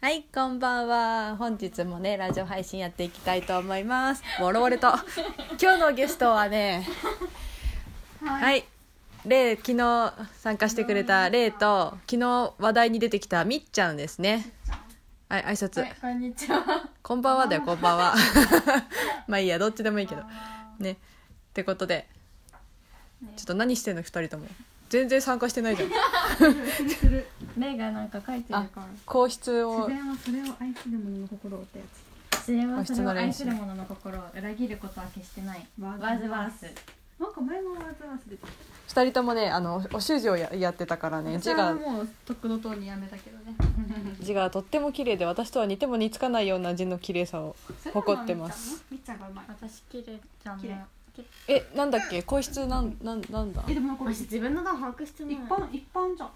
はい、こんばんは。本日もね、ラジオ配信やっていきたいと思います。ボロボロと。今日のゲストはね、はい、はい、レイ、昨日参加してくれたレイと、昨日話題に出てきたみっちゃんですね。はい、挨拶、はい、こんにちは。こんばんはだよ、こんばんは。まあいいや、どっちでもいいけど。ね。ってことで、ねちょっと何してんの、二人とも。全然参加してないじゃん。する、例がなんか書いてるから。皇室を自、然はそれを愛する者の心をってやつ。自然はそれを愛する者の心を裏切ることは決してない。ワワーズワース。なんか前もワーズワースで二人ともね、あの、お習字をややってたからね、字が。もうとっくのとうにやめたけどね字がとっても綺麗で私とは似ても似つかないような字の綺麗さを誇ってますみっちゃんがうまい私綺麗ちゃん綺麗ね。えなんだっけ皇室なんなんなんだえでもなんか私自分の段把握してない一般一般じゃん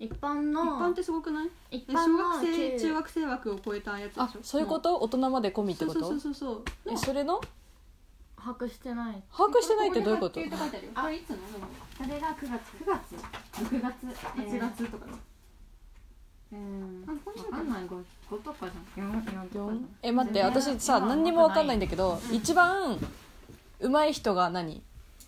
一般の一般ってすごくない一え般小の学生旧中学生枠を超えたやつでしょあそういうこと大人まで込みってそうこそうとそうそうそうえそれの把握してない把握してないってどういうことここに発給って書いてあるよこれいつのもうそれが9月九月六月八月とかのうんあここに書いてあるない5とかじゃん4四え待って全然私さ今は何にも分かんないんだけど一番上手い人が何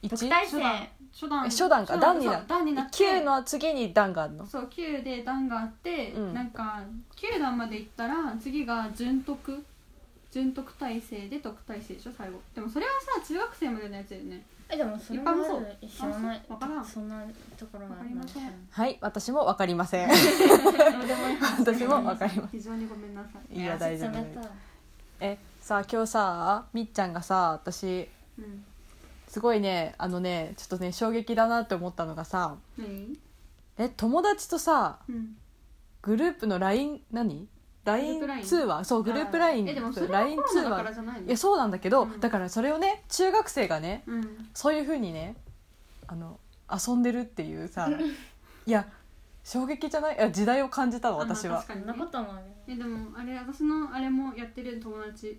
特一待生初段初段え初段か段になそう段になって九の次に段があるのそう9で段があって、うんなんか9段まで行ったら次が準徳準徳体制で特待生でしょ最後でもそれはさ中学生までのやつだよねえでもそれ一般もまずそう知らないあそうわからんそんなところはわかりませんはい私も分かりません私も分かりま 非常にごめんなさせい、んいや大丈夫だったえさあ今日さみっちゃんがさ私うん、すごいねあのねちょっとね衝撃だなって思ったのがさ何え友達とさうんグループの LINE 何グルー LINE プ LINE 通話そうグループ LINE えでもそれはコ LINE 通ロナだから話じゃないのいやそうなんだけど、うんだからそれをね中学生がねうんそういうふうにねあの遊んでるっていう さいや衝撃じゃないいや時代を感じたの私あまあは確そんなかにねこともあるえでもあれ私のあれもやってる友達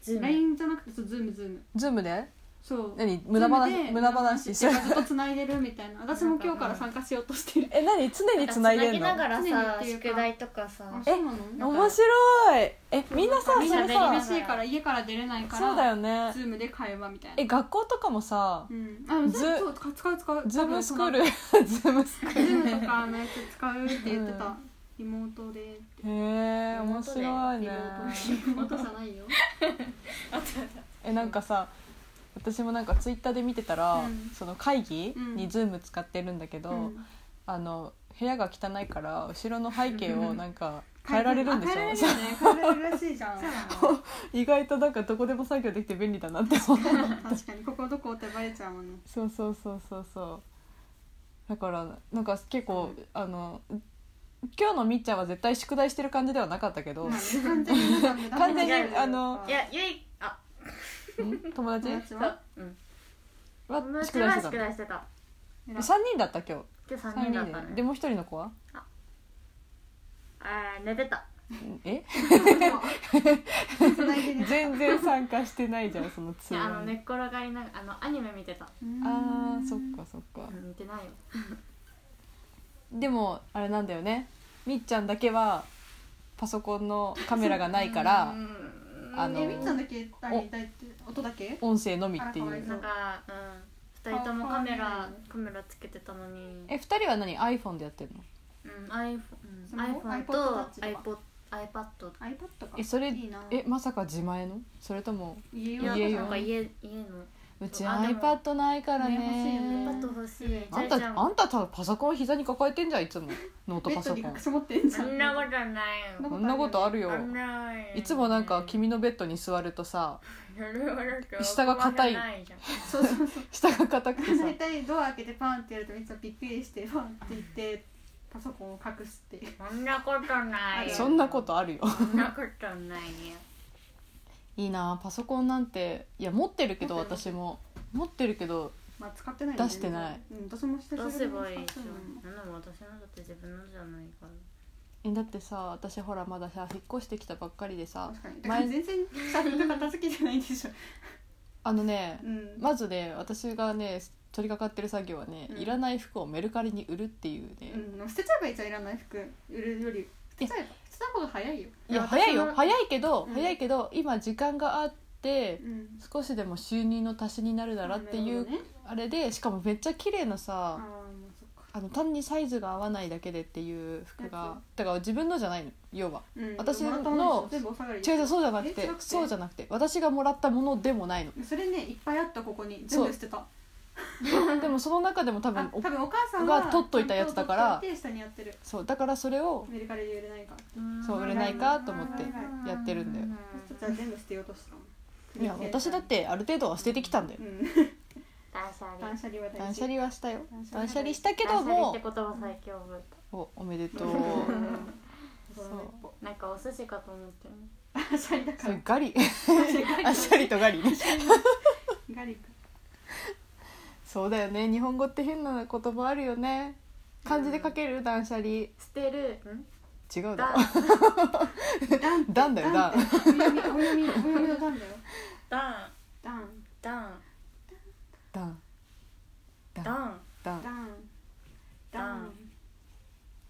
ズーム LINE じゃなくてそうズームズームズームでそう何無駄話ズームで無駄話してずっと繋いでるみたいな私も今日から参加しようとしてる え何常につないでんつなぎながのら常にっさていうか宿題とかさあそうなのら面白いえみんなさみんそなれで喋りさな厳しいから家から出れないからそうだよねズームで会話みたいなえ学校とかもさうんあズそう使う使う使うズームスクール多 分ズームスクーそのズームとかのやつ使うって言ってた、うん妹でってルへえ面白いね妹じゃないよ、 えなんかさ私もなんかツイッターで見てたら、うんその会議うんにズーム使ってるんだけど、うんあの部屋が汚いから後ろの背景をなんか変えられるんでしあ変えられょるよね変えられるらしいじゃん 意外となんかどこでも作業できて便利だなって思う確かにここどこってバレちゃうもんねそうそうそうそうそうだからなんか結構あの今日のみっちゃんは絶対宿題してる感じではなかったけど、完全にダメダメ完全にダ メだよあのいやゆいあん友達友達そはううん友は達宿題はして宿たの題してた偉い 3人だった今今日日3 3人だ人ったでねでもう1人の子 はあー寝てたえ繋いでね全然参加してないじゃんそのい通や話あの寝っ転がりながらあのアニメ見てたあーそっかそっかうん見てないよでもあれなんだよねみっちゃんだけはパソコンのカメラがないからあのえみっちゃんだけ大体って音だけ音声のみっていあらかわいそうなんか、うん、二人ともカメラカメラつけてたのに、え二人は何 iPhone でやってるのうん、iPhone, スうんマホ iPhone iPod と iPod iPad iPad かえそれいいなえまさか自前のそれとも家い用や家用なんか家家のうちあでも iPad ないからねね欲しいよ iPad 欲しいねあんじゃたああんたただパソコン膝に抱えてんじゃんいつもノートベパッドソにコン隠し持ってんじそゃんんなことないよそんなことあるよあんないいつもなんか君のベッドに座るとさ下下が硬いそうそうそう下が硬く てさ大体ドア開けてパンってやるとみっちゃんびっくりしてパンって言ってパソコンを隠すって いうそんなことないよそんなことあるよそんなことないよいいなパソコンなんていや持ってるけど持ってる私も持ってるけどまあ使ってないよね出してないうん私も久しぶどうりにすればいいじ使ってゃないんなんでも私のだって自分のじゃないからえだってさ私ほらまださ引っ越してきたばっかりでさ確かにだから全然財布片付けてないで しょあのねうんまずね私がね取り掛かってる作業はね、うんいらない服をメルカリに売るっていうね、うん、捨てちゃえばいいじゃんいらない服売るより捨てちゃえば捨てた方が早いよ、いやいや早いよ私も早いけど、うん早いけど今時間があってうん、少しでも収入の足しになるならっていう、なるほどねあれでしかもめっちゃ綺麗なああさ、もうそっかあの単にサイズが合わないだけでっていう服やがだから自分のじゃないの要はうん私のもらったもでしょ全部お下がり違う違うそうじゃなくえて違くてそうじゃなくて私がもらったものでもないのそれねいっぱいあったここに全部捨てたでもその中でも多あ分多お分お母さんが取っといたやつだからちゃんと取っといて下にやってるそうだからそれをメルカリで売れないからそう売れないかと思ってやってるんだよ私たちは全部捨てようとしたもんいや私だってある程度は捨ててきたんだようん断捨離断捨離は大事断捨離はしたよ断断捨捨離離したけど断捨離っても言葉最近覚えおおめで とううんそうたなんかお寿司かと思って断捨離だそかられガリあっさりとガリねガリかそうだよね日本語って変な言葉あるよね漢字で書ける断捨離違捨てるうだだろ段だよダ段ンってお読みお読みお読みのダンだよだダンだん段段だんダンダン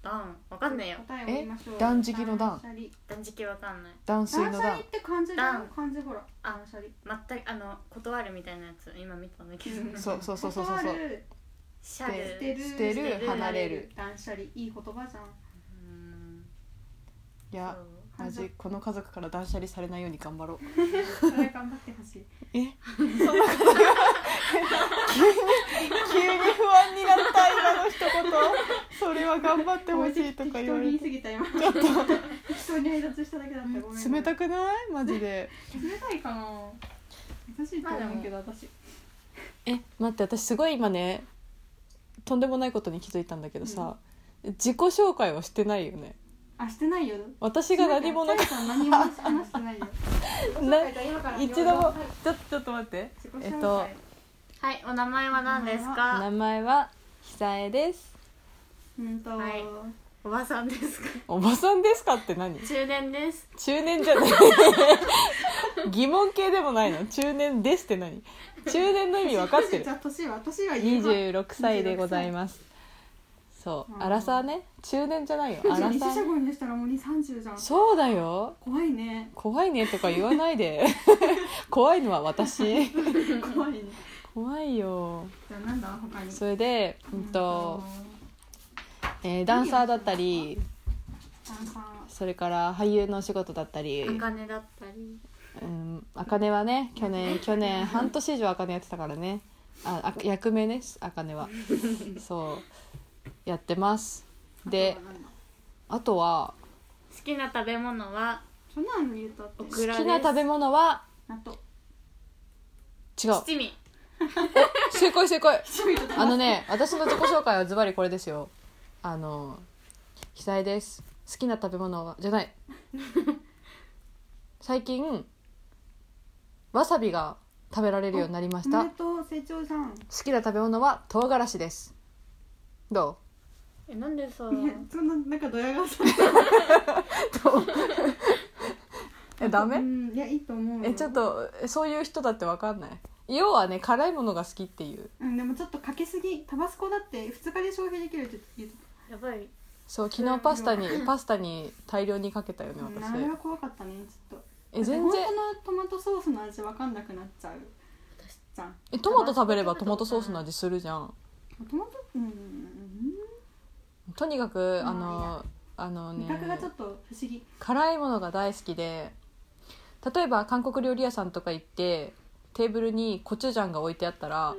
だんわかんないよ答えを言いましょうえ断食の断断捨離断食わかんない断水断の捨離段って漢字だダよン漢字ほらあ断捨離全くあの断るみたいなやつ今見たんだけどうんそうそうそうそうそう断るシャ捨てルる捨てる捨離れる断捨離いい言葉じゃんうんいやそうマジこの家族から断捨離されないように頑張ろうそれ頑張ってほしいえ急に急に不安になった今の一言それは頑張ってほしいとか言われ適て当に言い過ぎた今ちょっ適当に挨拶しただけだったごめんと冷たくないマジで冷たいかな優しいと思うけど私 え待って私すごい今ねとんでもないことに気づいたんだけどさ、自己紹介はしてないよねあしてないよ私が何者かさん何も話してないよ な今から一度もちょちょっと待って自己紹介えっとはいお名前は何です名か前は久江ですうんと、はいおばさんですかおばさんですかって何中年です中年じゃない 疑問系でもないの中年ですって何中年の意味分かってるじゃあ年は年は言えば26歳でございますそうアラサーね中年じゃない よアラ二サ四捨ー五入したらもう二三十じゃんそうだよ怖 いね怖いねとか言わない で怖いのは私怖いね怖いよじゃあなんだ他にそれで、うんとえーダンサーだったりダンサーそれから俳優のお仕事だったりお金だったりうん茜はね去年去年半年以上茜やってたからねああ役名ね茜はそうやってますであとはなんだあとは好きな食べ物はそんなの言うとってオ好きクラですな食べ物は納豆違う七味正解正解あのね私の自己紹介はズバリこれですよあの「被災です好きな食べ物は」じゃない 最近わさびが食べられるようになりましおためでとう成長じゃん好きな食べ物は唐辛子ですどえなんでさいやそんななんかドヤ顔さうえダうんいやいいと思うよえちょっとえそういう人だって分かんない要はね辛いものが好きっていううんでもちょっとかけすぎタバスコだって2日で消費できるって言ってやばいそう昨日パスタにパスタに大量にかけたよねた私あれは怖かったねちょっとえ全然本当のトマトソースの味わかんなくなっちゃうじゃんえトマト食べればトマトソースの味するじゃんトマトうんうんとにかくまああのあの味ね覚がちょっと不思議辛いものが大好きで例えば韓国料理屋さんとか行ってテーブルにコチュジャンが置いてあったら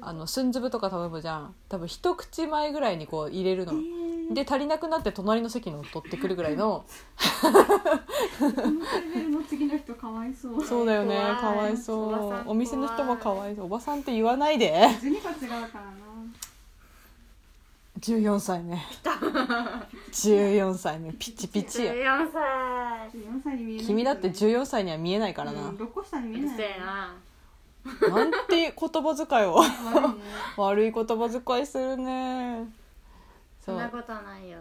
あのスンズブとか頼むじゃん多分一口前ぐらいにこう入れるのえーで足りなくなって隣の席のを取ってくるぐらいのこのレベルの次の人かわいそうそうだよね怖いかわいおばさんそ怖いうお店の人もかわいそうおばさんって言わないで12個違うからな14歳ね14歳ねピチピチや 14歳14歳に見えないけどね、君だって14歳には見えないからな、うん、6個下にう見えるないせえななんて言葉遣いを悪いね悪い言葉遣いするねそそんなうことはないよ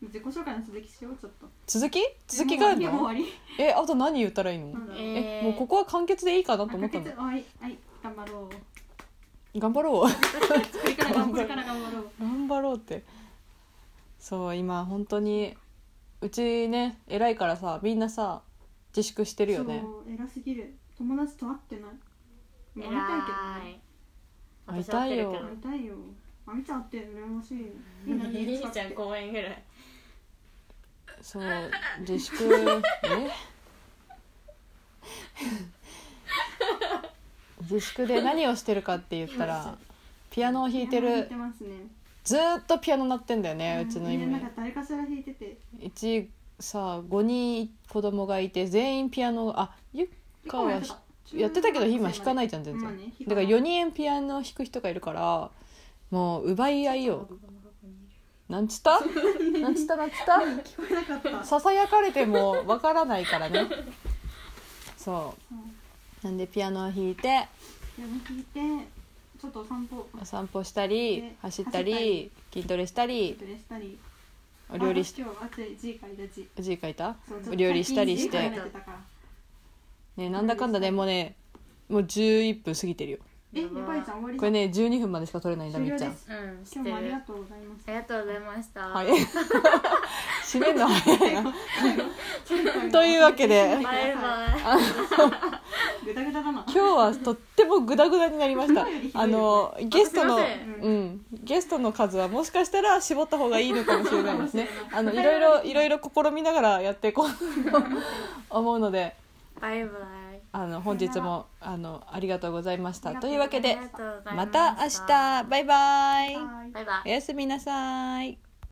自己紹介の続きしようちょっと続き続きがあるいやもうの終わりえあと何言ったらいいのなんだろうえもうここは簡潔でいいかなと思ったのあはいはい頑張ろう頑張ろうこれから頑張ろうこれから頑張ろう頑張ろうってそう今本当にうちね偉いからさみんなさ自粛してるよねそう偉すぎる友達と会ってないえまあらい会いたいよ私会ってるけど会いたいよあみちゃん会って羨ましいよみんなりでりちゃん公園ぐらいそう自 粛え自粛で何をしてるかって言ったらピアノを弾いて弾いるてますねずーっとピアノ鳴ってんだよねうちのみん今ななんか誰かしら弾いててうちさ5人子供がいて全員ピアノあゆっかはひやってたけど今弾かないいじゃん全まあ然ねだから4人ピアノ弾く人がいるからもう奪い合いよなんつった なんつったなんつった聞こえなかったささやかれてもわからないからねそう、うんなんでピアノを弾いてでも弾いてちょっとお散歩お散歩したりね走ったり走ったり筋トレしたりプレしたりお料理あし今日暑い字書いた字字書いたそうちょっとお料理したりして最近字書いてたからねなんだかんだねもうねもう11分過ぎてるよえやばいじゃん終わりこれね12分までしか取れないんだ終み了っでちゃんすうん知今って日るもありがあとうございますりがとうございましたはい バ締めるの早いな というわけでイバイグダグダだな今日はとってもグダグダになりました今よりひどいよあのゲストのあすいませんうんゲストの数はもしかしたら絞った方がいいのかもしれないですねあのいれろいないろいろいろ試みながらやっていこうと思うのでバイバイあの本日もあのありがとうございま したというわけありでがとうございままし明た日バイバイはいバイバおイやすみなさい